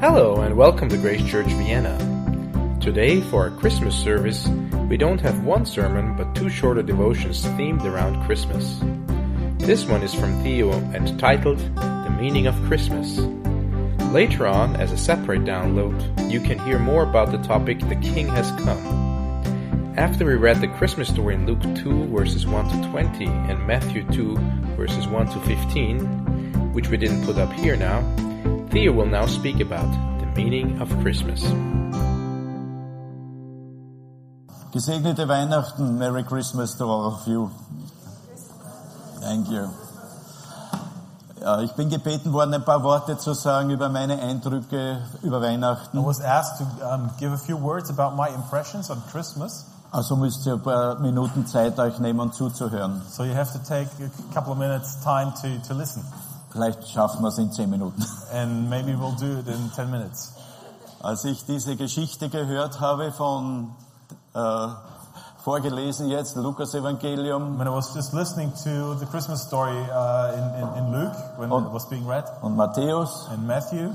Hello and welcome to Grace Church Vienna. Today, for our Christmas service, we don't have one sermon but two shorter devotions themed around Christmas. This one is from Theo and titled The Meaning of Christmas. Later on, as a separate download, you can hear more about the topic The King Has Come. After we read the Christmas story in Luke 2 verses 1 to 20 and Matthew 2 verses 1 to 15, which we didn't put up here now, Thea will now speak about the meaning of Christmas. Gesegnete Weihnachten, Merry Christmas to all of you. Thank you. Ja, ich bin gebeten worden, ein paar Worte zu sagen über meine Eindrücke über I Weihnachten. was asked to um, give a few words about my impressions on Christmas, Also müsst ihr ein paar Minuten Zeit euch nehmen und zuzuhören. so you have to take a couple of minutes time to, to listen, Vielleicht schaffen wir es in zehn Minuten. and maybe we'll do it in 10 minutes. Als ich diese Geschichte gehört habe von, äh, vorgelesen jetzt, Lukas Evangelium, When I was just listening to the Christmas story uh, in, in, in Luke, when Und- it was being read, und Matthäus, in Matthew,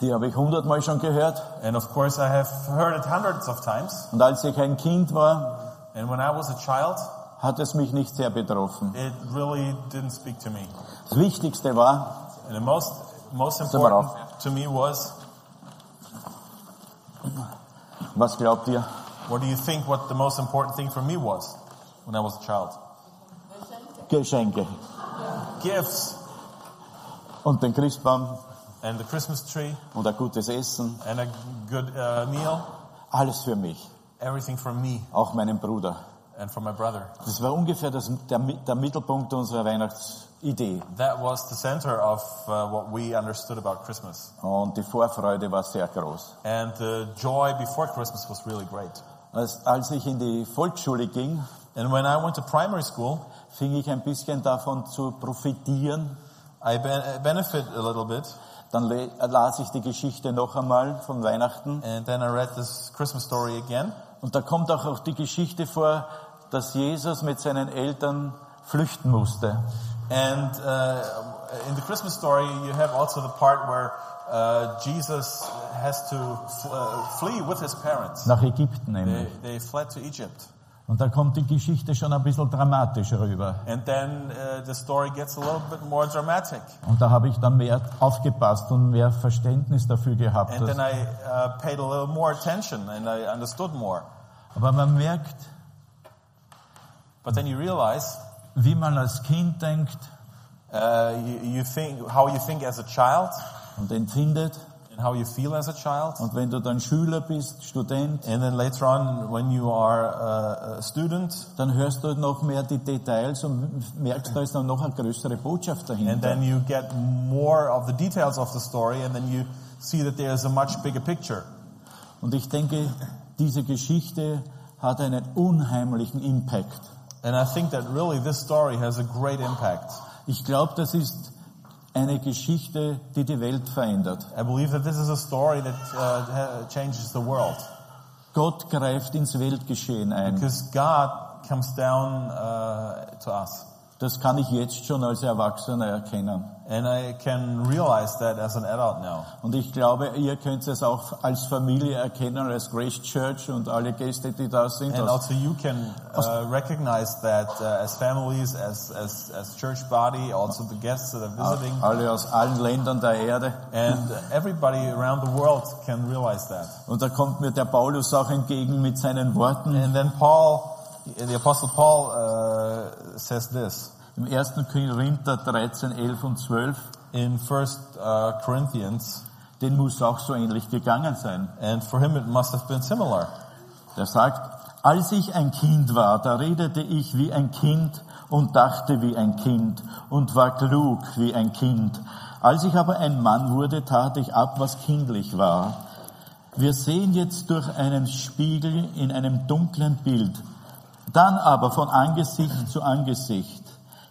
die habe ich hundertmal schon gehört. and of course I have heard it hundreds of times, Und als ich ein Kind war, and when I was a child, hat es mich nicht sehr betroffen. it really didn't speak to me. Das Wichtigste war, And the most, most Sag mal important to me was, Was glaubt ihr? what do you think what the most important thing for me was when I was a child? Geschenke. Gifts. Und den Christbaum and the Christmas tree und ein gutes Essen. and a good uh, meal, Alles für mich. everything from me Auch meinen Bruder. and from my brother. Das war ungefähr das, der, Mi- der Mittelpunkt unserer Weihnachtsidee. That was the center of uh, what we understood about Christmas. Und die Vorfreude war sehr groß. And the joy before Christmas was really great. Als, als ich in die Volksschule ging, And when I went to primary school, fing ich ein bisschen davon zu profitieren. I ben- benefit a little bit, Dann le- las ich die Geschichte noch einmal von Weihnachten. and then I read this Christmas story again, Und da kommt auch, auch die Geschichte vor, dass Jesus mit seinen Eltern flüchten musste. and uh, in the Christmas story, you have also the part where uh, Jesus has to fl- uh, flee with his parents. Nach Ägypten nämlich. They, they fled to Egypt. Und da kommt die Geschichte schon ein bisschen dramatisch rüber. And then uh, the story gets a little bit more dramatic. Und da habe ich dann mehr aufgepasst und mehr Verständnis dafür gehabt. And dass- then I uh, paid a little more attention and I understood more. Aber man merkt, But then you realize, wie man als Kind denkt uh, you, you think how you think as a child und empfindet. and how you feel as a child. Und wenn du dann Schüler bist, Student, And then later on, when you are uh, a student, dann hörst du noch mehr die Details und merkst, da ist dann noch eine größere Botschaft and dahinter. then you get more of the details of the story, and then you see that there's a much bigger picture. Und ich denke, diese Geschichte hat einen unheimlichen Impact. And I think that really this story has a great impact. Ich glaube, das ist eine Geschichte, die die Welt verändert. I believe that this is a story that uh, ha- changes the world. Gott greift ins Weltgeschehen ein. Because God comes down uh, to us. Das kann ich jetzt schon als Erwachsener erkennen. And I can realize that as an adult now. Und ich glaube, ihr könnt es auch als Familie erkennen, als Grace Church und alle Gäste, die da sind. And also you can uh, recognize that uh, as families, as, as, as church body, also the guests that are visiting. alle aus allen Ländern der Erde. And everybody around the world can realize that. Und da kommt mir der Paulus auch entgegen mit seinen Worten. And then Paul, the apostle Paul uh, says this Im 1. Korinther 13, 11 und 12. in First uh, Corinthians. Den muss auch so ähnlich gegangen sein. And for him it must have been similar. Der sagt, als ich ein Kind war, da redete ich wie ein Kind und dachte wie ein Kind und war klug wie ein Kind. Als ich aber ein Mann wurde, tat ich ab, was kindlich war. Wir sehen jetzt durch einen Spiegel in einem dunklen Bild, dann aber von Angesicht zu Angesicht.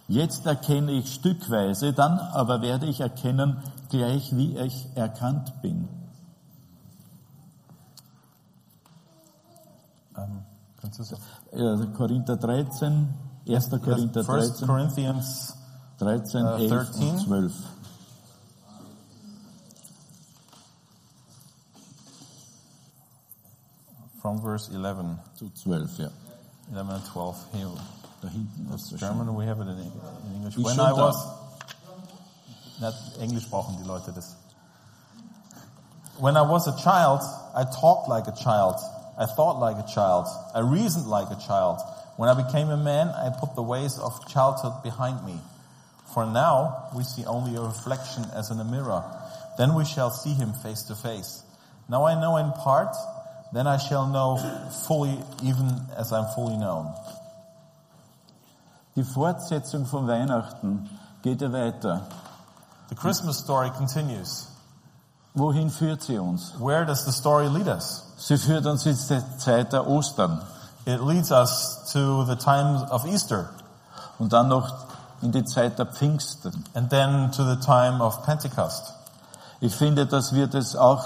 Jetzt erkenne ich stückweise, dann aber werde ich erkennen, gleich wie ich erkannt bin. Francisco. Ja, Äh, Korinther 13, 1. Korinther First 13. Corinthians 13, Äh, 11 und 13. 12. From verse 11, zu 12, ja. 11 and 12. Here, Da hinten hast du schon. German, we have it in, in English. Ist When schon da. I was, na, Englisch brauchen die Leute das. When I was a child, I talked like a child. I thought like a child. I reasoned like a child. When I became a man, I put the ways of childhood behind me. For now, we see only a reflection as in a mirror. Then we shall see him face to face. Now I know in part, then I shall know fully, even as I'm fully known. Die Fortsetzung von Weihnachten geht ja weiter. The Christmas story continues. Wohin führt sie uns? Where does the story lead us? Sie führt uns in die Zeit der Ostern It leads us to the time of Easter und dann noch in die Zeit der Pfingsten. and then to the time of Pentecost. Ich finde, dass wir das auch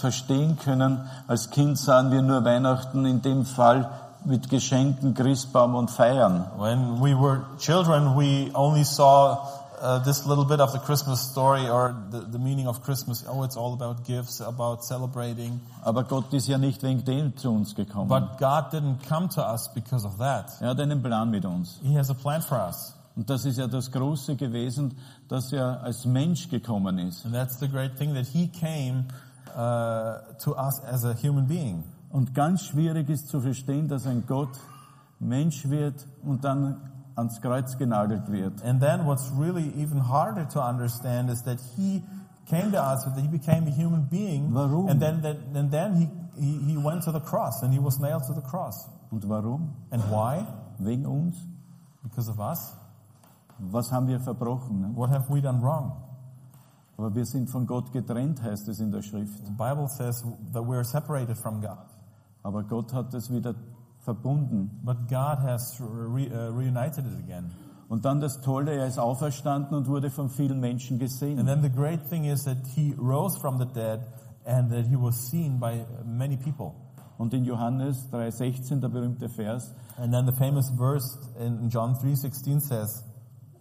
verstehen können. Als Kind sahen wir nur Weihnachten in dem Fall mit Geschenken, Christbaum und Feiern. When we were children, we only saw uh, this little bit of the Christmas story or the, the meaning of Christmas. Oh, it's all about gifts, about celebrating. Aber Gott ist ja nicht wegen dem zu uns gekommen. But God didn't come to us because of that. er hat einen Plan mit uns. He has a plan for us. Und das ist ja das Große gewesen, dass er als Mensch gekommen ist. And that's the great thing that He came uh, to us as a human being. Und ganz schwierig ist zu verstehen, dass ein Gott Mensch wird und dann ans Kreuz genagelt wird. And then what's really even harder to understand is that he came to us, that he became a human being, Warum? and then that, and then he, he he went to the cross and he was nailed to the cross. Und warum? And why? Wegen uns? Because of us. Was haben wir verbrochen? Ne? What have we done wrong? Aber wir sind von Gott getrennt, heißt es in der Schrift. The Bible says that we're separated from God, Aber Gott hat es wieder verbunden. but God has re, uh, reunited it again. Und dann das Tolle, er ist auferstanden und wurde von vielen Menschen And gesehen. then the great thing is that he rose from the dead and that he was seen by many people. Und in Johannes 3,16, der berühmte Vers, And then the famous verse in John 3:16 says,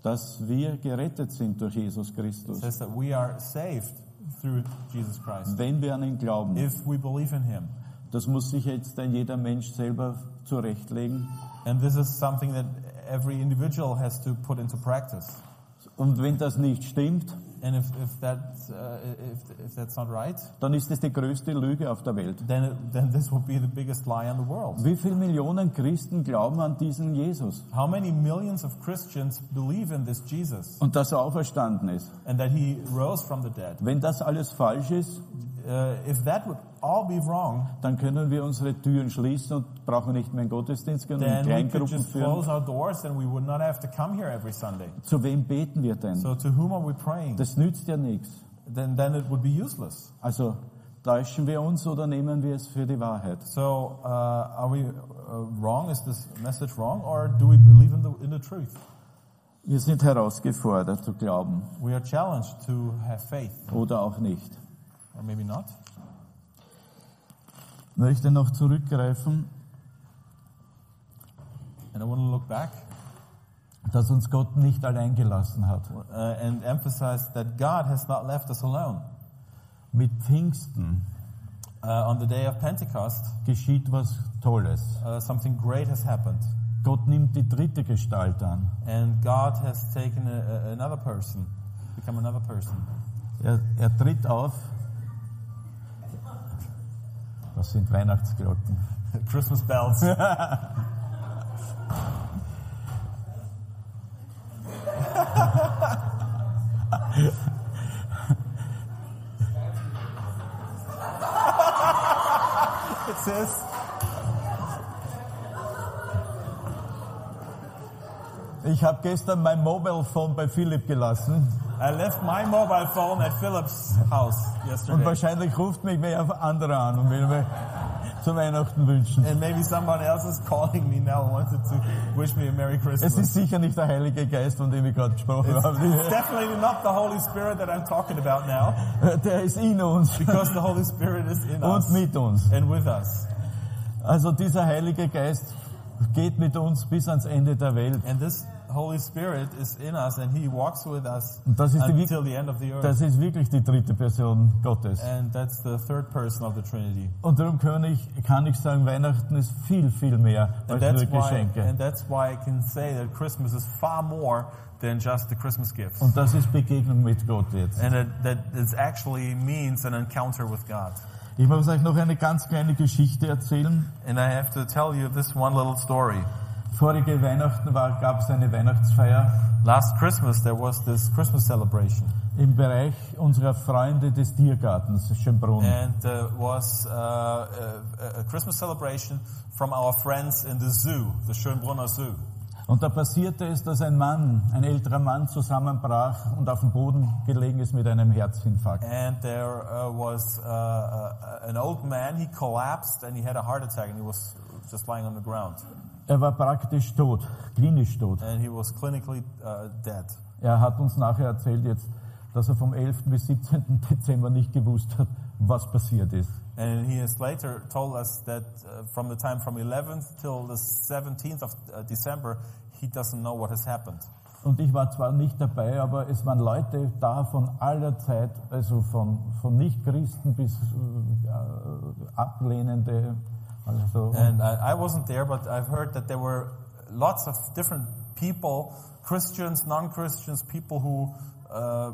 dass wir gerettet sind durch Jesus Christus, says that we are saved through Jesus Christ wenn wir an ihn glauben. if we believe in him. Das muss sich jetzt ein jeder Mensch selber zurechtlegen. And this is something that every individual has to put into practice. Und wenn das nicht stimmt, And if, if, that, uh, if, if that's not right, dann ist es die größte Lüge auf der Welt. then, it, then this will be the biggest lie in the world. Wie viele Millionen Christen glauben an diesen Jesus How many millions of Christians believe in this Jesus und dass er auferstanden ist? and that he rose from the dead? Wenn das alles falsch ist, Uh, if that would all be wrong, dann können wir unsere Türen schließen und brauchen nicht mehr einen Gottesdienst gehen und then we could Kleingruppen just führen. close our doors and we would not have to come here every Sunday. Zu wem beten wir denn? So to whom are we praying? Das nützt ja nichts. Then, then it would be useless. Also täuschen wir uns oder nehmen wir es für die Wahrheit? So, uh, are we uh, wrong? Is this message wrong, or do we believe in the in the truth? Wir sind herausgefordert zu glauben We are challenged to have faith, oder auch nicht. or maybe not. Ich möchte noch zurückgreifen, And I want to look back dass uns Gott nicht allein gelassen hat. uh, and emphasize that God has not left us alone. Mit Pfingsten Uh, on the day of Pentecost, geschieht was Tolles. uh, something great has happened, Gott nimmt die dritte Gestalt an. and God has taken a, a, another person, become another person. Er, er tritt auf. Das sind Weihnachtsglocken. Christmas bells. it says. Ich habe gestern mein Mobile Phone bei Philipp gelassen I left my mobile phone at Philip's house und yesterday. wahrscheinlich ruft mich wer anderer an und will mir zu Weihnachten wünschen. And maybe someone else is calling me now and wanted to wish me a Merry Es Christmas. ist sicher nicht der Heilige Geist, von dem ich gerade gesprochen It's habe. definitely not the Holy Spirit that I'm talking about now, Der ist in uns because the Holy Spirit is in und us mit uns. and with us. Also dieser Heilige Geist geht mit uns bis ans Ende der Welt. And this Holy Spirit is in us and He walks with us Und das ist die until the end of the earth. Das ist wirklich die dritte Person Gottes. and that's the third person of the Trinity. Und darum kann ich, kann ich sagen, Weihnachten ist viel, viel mehr als And that's nur why, and Geschenke. that's why I can say that Christmas is far more than just the Christmas gifts. Und das ist Begegnung mit Gott jetzt. And it, that it actually means an encounter with God. Ich muss euch noch eine ganz kleine Geschichte erzählen. And I have to tell you this one little story. Vorige Weihnachten war, gab es eine Weihnachtsfeier Last Christmas there was this Christmas celebration, im Bereich unserer Freunde des Tiergartens Schönbrunn. and uh, was uh, a, a Christmas celebration from our friends in the zoo, the Schönbrunner Zoo. Und da passierte es, dass ein Mann, ein älterer Mann zusammenbrach und auf dem Boden gelegen ist mit einem Herzinfarkt. And there uh, was uh, uh, an old man. He collapsed and he had a heart attack, and he was just lying on the ground, Er war praktisch tot, klinisch tot. and he was clinically uh, dead. Er hat uns nachher erzählt jetzt, dass er vom 11. bis 17. Dezember nicht gewusst hat, was passiert ist. And he has later told us that uh, from the time from 11th till the 17th of uh, December, he doesn't know what has happened. Und ich war zwar nicht dabei, aber es waren Leute da von aller Zeit, also von, von Nichtchristen bis äh, Ablehnende. Also, And I, I wasn't there, but I've heard that there were lots of different people, Christians, non-Christians, people who uh,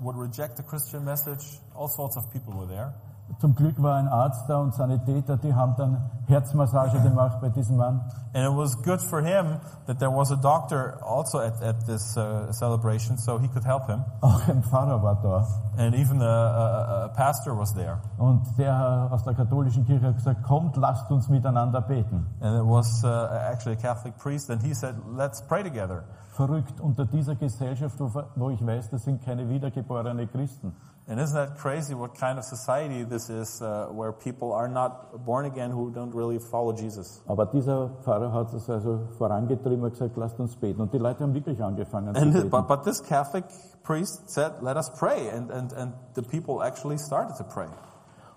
would reject the Christian message. All sorts of people were there. zum Glück war ein Arzt da und Sanitäter, die haben dann Herzmassage gemacht bei diesem Mann. And it was good for him that there was a doctor also at, at this uh, celebration, so he could help him. Auch ein Pfarrer war da. And even a, a, a pastor was there. Und der aus der katholischen Kirche hat gesagt, kommt, lasst uns miteinander beten. And it was uh, actually a Catholic priest, and he said, Let's pray together. verrückt unter dieser Gesellschaft, wo, wo ich weiß, das sind keine wiedergeborene Christen. And isn't that crazy what kind of society this is uh, where people are not born again who don't really follow Jesus? Aber dieser Pfarrer hat es also vorangetrieben und gesagt, lasst uns beten. Und die Leute haben wirklich angefangen zu And, beten. but, but this Catholic priest said, Let us pray. And, and, and the people actually started to pray.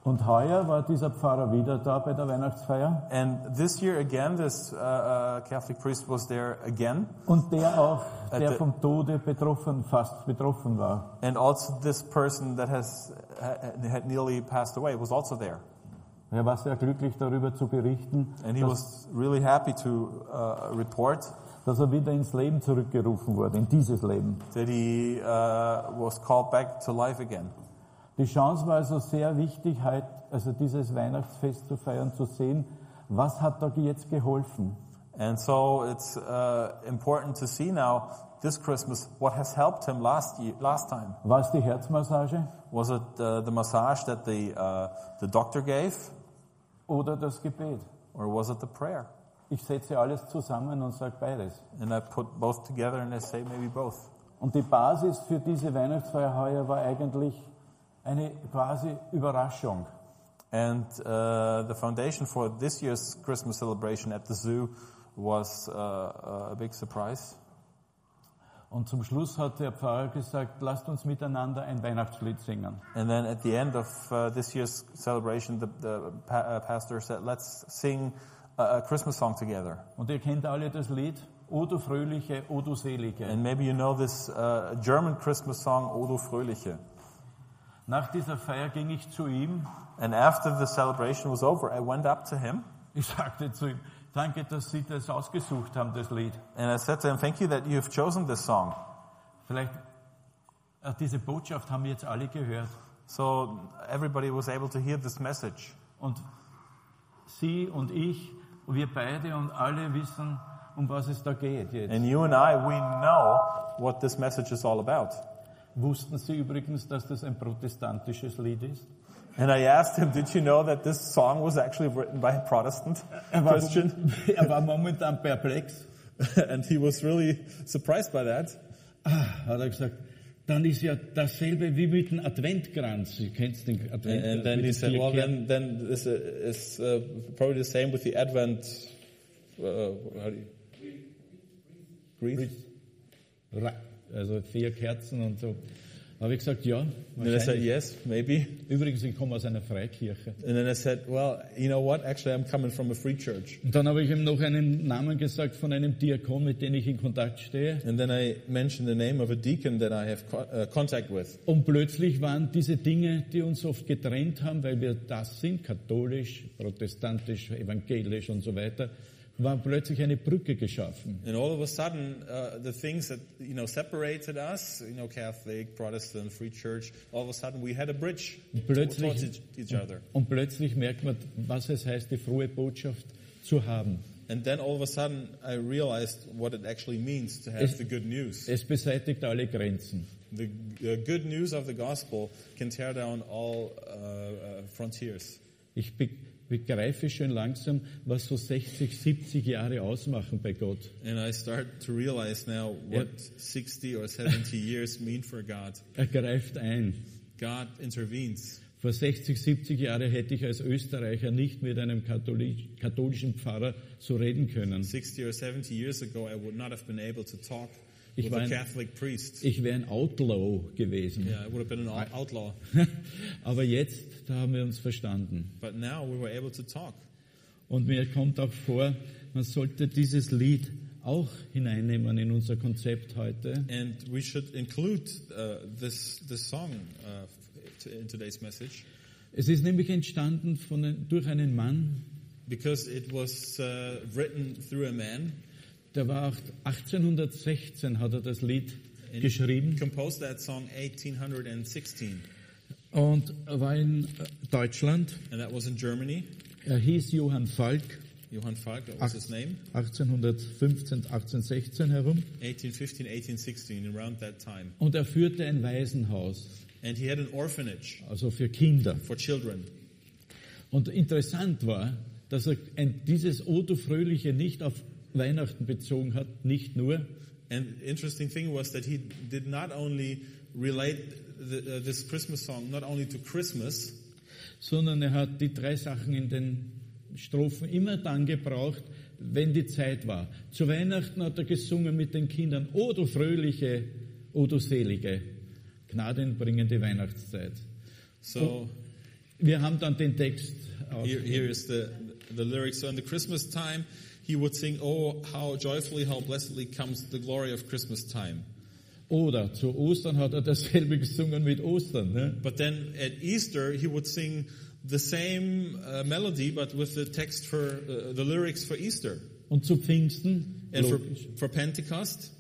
Und heuer war dieser Pfarrer wieder da bei der Weihnachtsfeier. And this year again, this uh, uh, Catholic priest was there again. Und der auch, der Äh, der- vom Tode betroffen, fast betroffen war. And also this person that has had nearly passed away was also there. Er war sehr glücklich darüber zu berichten, And he dass, was really happy to uh, report dass er wieder ins Leben zurückgerufen wurde, in dieses Leben. that he uh, was called back to life again. Die Chance war also sehr wichtig, heute, also dieses Weihnachtsfest zu feiern, zu sehen, was hat da jetzt geholfen. And so it's uh, important to see now this Christmas what has helped him last year, last time. War es die Herzmassage Was it uh, the massage that the uh, the doctor gave, oder das Gebet? or was it the prayer? Ich setze alles zusammen und sage beides. And I put both together and I say maybe both. Und die Basis für diese Weihnachtsfeier heuer war eigentlich eine quasi Überraschung. And uh, the foundation for this year's Christmas celebration at the zoo was uh, a big surprise. Und zum Schluss hat der Pfarrer gesagt, lasst uns miteinander ein Weihnachtslied singen. And then at the end of uh, this year's celebration, the, the pa- uh, pastor said, let's sing a, a Christmas song together. Und ihr kennt alle das Lied, O du Fröhliche, O du Selige. And maybe you know this uh, German Christmas song, O du Fröhliche. Nach dieser Feier ging ich zu ihm And after the celebration was over, I went up to him Ich sagte zu ihm, danke, dass Sie das ausgesucht haben, das Lied. and I said to him, thank you that you've chosen this song. Vielleicht, äh, diese Botschaft haben jetzt alle gehört. So everybody was able to hear this message. Und Sie und ich, wir beide und alle wissen, um was es da geht jetzt. And you and I, we know what this message is all about. Wussten Sie übrigens, dass das ein protestantisches Lied ist? And I asked him, did you know that this song was actually written by a Protestant Christian? er war momentan perplex. and he was really surprised by that. Ah, hat er gesagt, dann ist ja dasselbe wie mit dem Adventkranz. Du kennst den Adventkranz. And Uh, then mit den he said, vier well, Kerzen." then, then this is uh, probably the same with the Advent. Uh, how do you? Wreath. Ra- also vier Kerzen und so. Habe ich gesagt, ja, And then I said, wahrscheinlich. yes, maybe. Übrigens, ich komme aus einer Freikirche. And then I said, well, you know what? Actually, I'm coming from a free church. Und dann habe ich ihm noch einen Namen gesagt von einem Diakon, mit dem ich in Kontakt stehe. And then I mentioned the name of a deacon that I have co- uh, contact with. Und plötzlich waren diese Dinge, die uns oft getrennt haben, weil wir das sind, katholisch, protestantisch, evangelisch und so weiter, war plötzlich eine Brücke geschaffen. And all of a sudden, uh, the things that, you know, separated us, you know, Catholic, Protestant, free church, all of a sudden we had a bridge towards Plötzlich- each, each other. Und plötzlich merkt man, was es heißt, die frohe Botschaft zu haben. And then all of a sudden I realized what it actually means to have Es- the good news. Es beseitigt alle Grenzen. The uh, good news of the gospel can tear down all uh, uh, frontiers. Ich be begreife schon langsam, was so 60, 70 Jahre ausmachen bei Gott. And I start to realize now what 60 or 70 years mean for God. Er greift ein. God intervenes. Vor 60, 70 Jahren hätte ich als Österreicher nicht mit einem Katholik, katholischen Pfarrer so reden können. 60 or 70 years ago, I would not have been able to talk Ich with war a ein- Catholic priest. Ich wäre ein Outlaw gewesen. Yeah, I would have been an out- outlaw. Aber jetzt, da haben wir uns verstanden. But now we were able to talk. Und mir kommt auch vor, man sollte dieses Lied auch hineinnehmen in unser Konzept heute. And we should include uh, this, this song uh, t- in today's message Es ist nämlich entstanden von, durch einen Mann, because it was uh, written through a man. der war acht- 1816 hat er das Lied and geschrieben Composed that song 1816. und war in äh, Deutschland. And that was in Germany. Er hieß Johann Falk, Johann Falk, that was Ah. his name. 1815, 1816 herum. 1815, 1816, around that time. Und er führte ein Waisenhaus, And he had an orphanage also für Kinder. for children. Und interessant war, dass er ein, dieses Odo Fröhliche nicht auf Weihnachten bezogen hat, nicht nur, And the interesting thing was that he did not only relate the, uh, this Christmas song not only to Christmas, sondern er hat die drei Sachen in den Strophen immer dann gebraucht, wenn die Zeit war. Zu Weihnachten hat er gesungen mit den Kindern, O du Fröhliche, O du Selige, gnadenbringende Weihnachtszeit. so Wir haben dann den Text auch. here, here is the, the lyrics. So in the Christmas time, he would sing, Oh, how joyfully, how blessedly comes the glory of Christmas time. Oder zu Ostern hat er dasselbe gesungen mit Ostern. Ne? But then at Easter, he would sing the same uh, melody, but with the text for, uh, the lyrics for Easter. Und zu Pfingsten, And for, logisch, for Pentecost,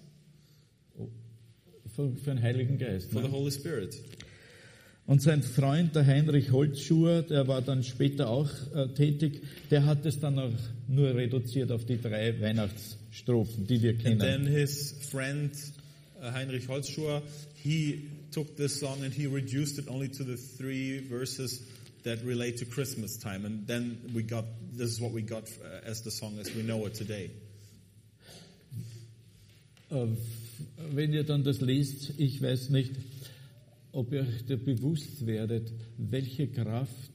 für, für den Heiligen Geist. for ne? the Holy Spirit. Und sein Freund, der Heinrich Holzschuher, der war dann später auch äh, tätig, der hat es dann auch nur reduziert auf die drei Weihnachtsstrophen, die wir And kennen. then his friend uh, Heinrich Holzschuher, he took this song and he reduced it only to the three verses that relate to Christmas time. And then we got this is what we got uh, as the song as we know it today. Äh, wenn ihr dann das lest, ich weiß nicht, ob ihr euch da bewusst werdet, welche Kraft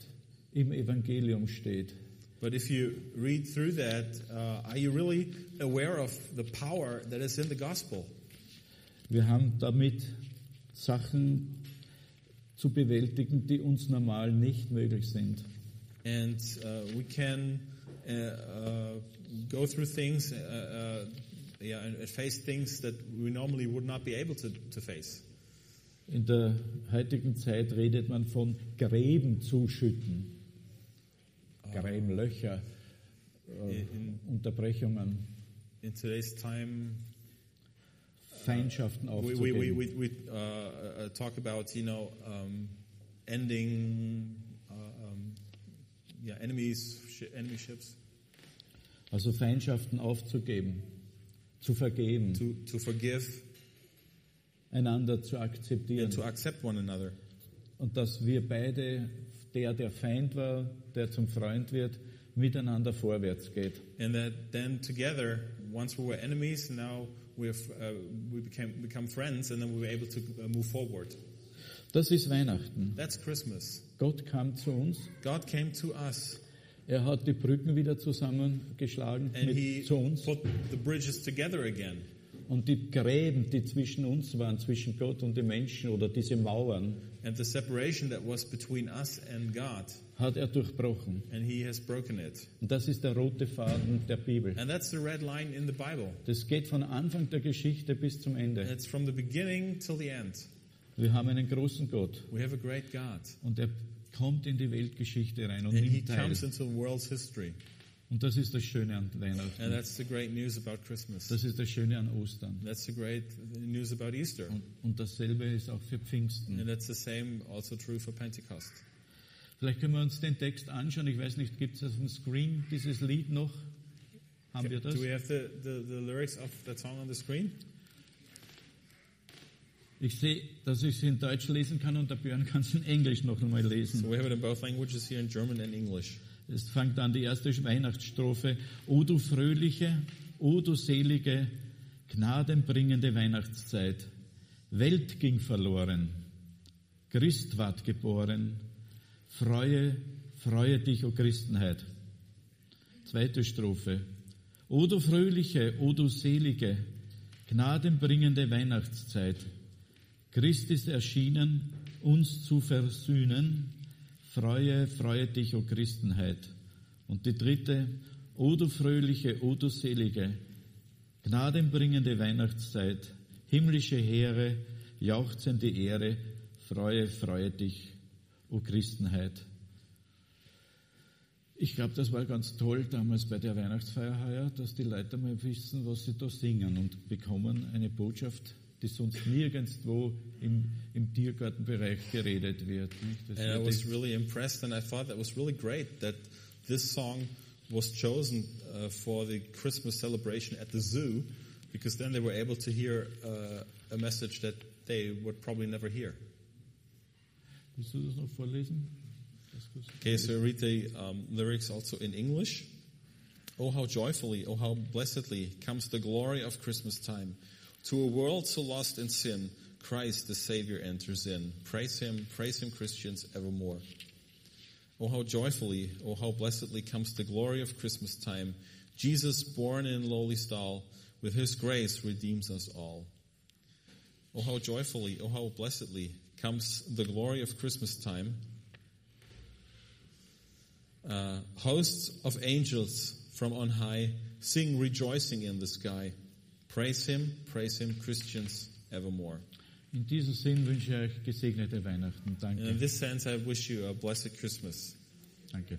im Evangelium steht. But if you read through that, uh, are you really aware of the power that is in the gospel? Wir haben damit Sachen zu bewältigen, die uns normal nicht möglich sind. And uh, we can uh, uh, go through things, uh, uh, yeah, and and face things that we normally would not be able to, to face. In der heutigen Zeit redet man von Gräben zuschütten. Gräbenlöcher, äh, Unterbrechungen, in today's time, Feindschaften we, we, we, aufzugeben. we, we uh, uh, talk about, you know, um, ending, uh, um, yeah, enemies, sh- enemy ships, Also Feindschaften aufzugeben, zu vergeben, to, to forgive einander zu and akzeptieren. to accept one another. Und dass wir beide, der der Feind war, der zum Freund wird, miteinander vorwärts geht. And that then together, once we were enemies, now we've, uh, we became, become friends and then we were able to uh, move forward. Das ist Weihnachten. That's Christmas. Gott kam zu uns, God came to us er hat die Brücken wieder zusammengeschlagen and mit, He zu uns. put the bridges together again. und die Gräben, die zwischen uns waren, zwischen Gott und den Menschen oder diese Mauern, and the separation that was between us and God, hat er durchbrochen. and He has broken it. Und das ist der rote Faden der Bibel. And that's the red line in the Bible. Das geht von Anfang der Geschichte bis zum And Ende. it's from the beginning till the end. Wir haben einen großen Gott We have a great God, und er kommt in die Weltgeschichte rein und and He nimmt teil. comes into the world's history. Und das ist das Schöne an And Weihnachten. that's the great news about Christmas. Das ist das Schöne an Ostern. That's the great news about Easter. Und, und dasselbe ist auch für Pfingsten. And that's the same also true for Pentecost. Vielleicht können wir uns den Text anschauen. Ich weiß nicht, gibt es auf dem Screen dieses Lied noch? Haben wir das? Do we have the, the, the lyrics of that song on the screen? Ich sehe, dass ich es in Deutsch lesen kann und der Björn kann es in Englisch noch einmal lesen. So we have it in both languages here in German and English. Es fängt an die erste Weihnachtsstrophe. O du fröhliche, o du selige, gnadenbringende Weihnachtszeit. Welt ging verloren. Christ ward geboren. Freue, freue dich, o Christenheit. Zweite Strophe. O du fröhliche, o du selige, gnadenbringende Weihnachtszeit. Christ ist erschienen, uns zu versöhnen. Freue, freue dich, o Christenheit. Und die dritte, o du fröhliche, o du selige, gnadenbringende Weihnachtszeit, himmlische Heere, jauchzende Ehre, freue, freue dich, o Christenheit. Ich glaube, das war ganz toll damals bei der Weihnachtsfeier heuer, dass die Leute mal wissen, was sie da singen und bekommen eine Botschaft, die sonst nirgendwo im, im Tiergartenbereich geredet wird. Nicht? Das And I wird Äh, was jetzt- really impressed, and I thought that was really great that this song was chosen uh, for the Christmas celebration at the zoo, because then they were able to hear uh, a message that they would probably never hear. Willst du das noch vorlesen? Das kurz- Okay, so I read the um, lyrics also in English. Oh, how joyfully, oh, how blessedly comes the glory of Christmas time. To a world so lost in sin, Christ the Savior enters in. Praise Him, praise Him, Christians, evermore. Oh, how joyfully, oh, how blessedly comes the glory of Christmas time. Jesus, born in lowly stall, with His grace redeems us all. Oh, how joyfully, oh, how blessedly comes the glory of Christmas time. Uh, hosts of angels from on high sing rejoicing in the sky. Praise him, praise him, Christians evermore. In diesem Sinn wünsche ich euch gesegnete Weihnachten. And Danke. in this sense, I wish you a blessed Christmas. Danke.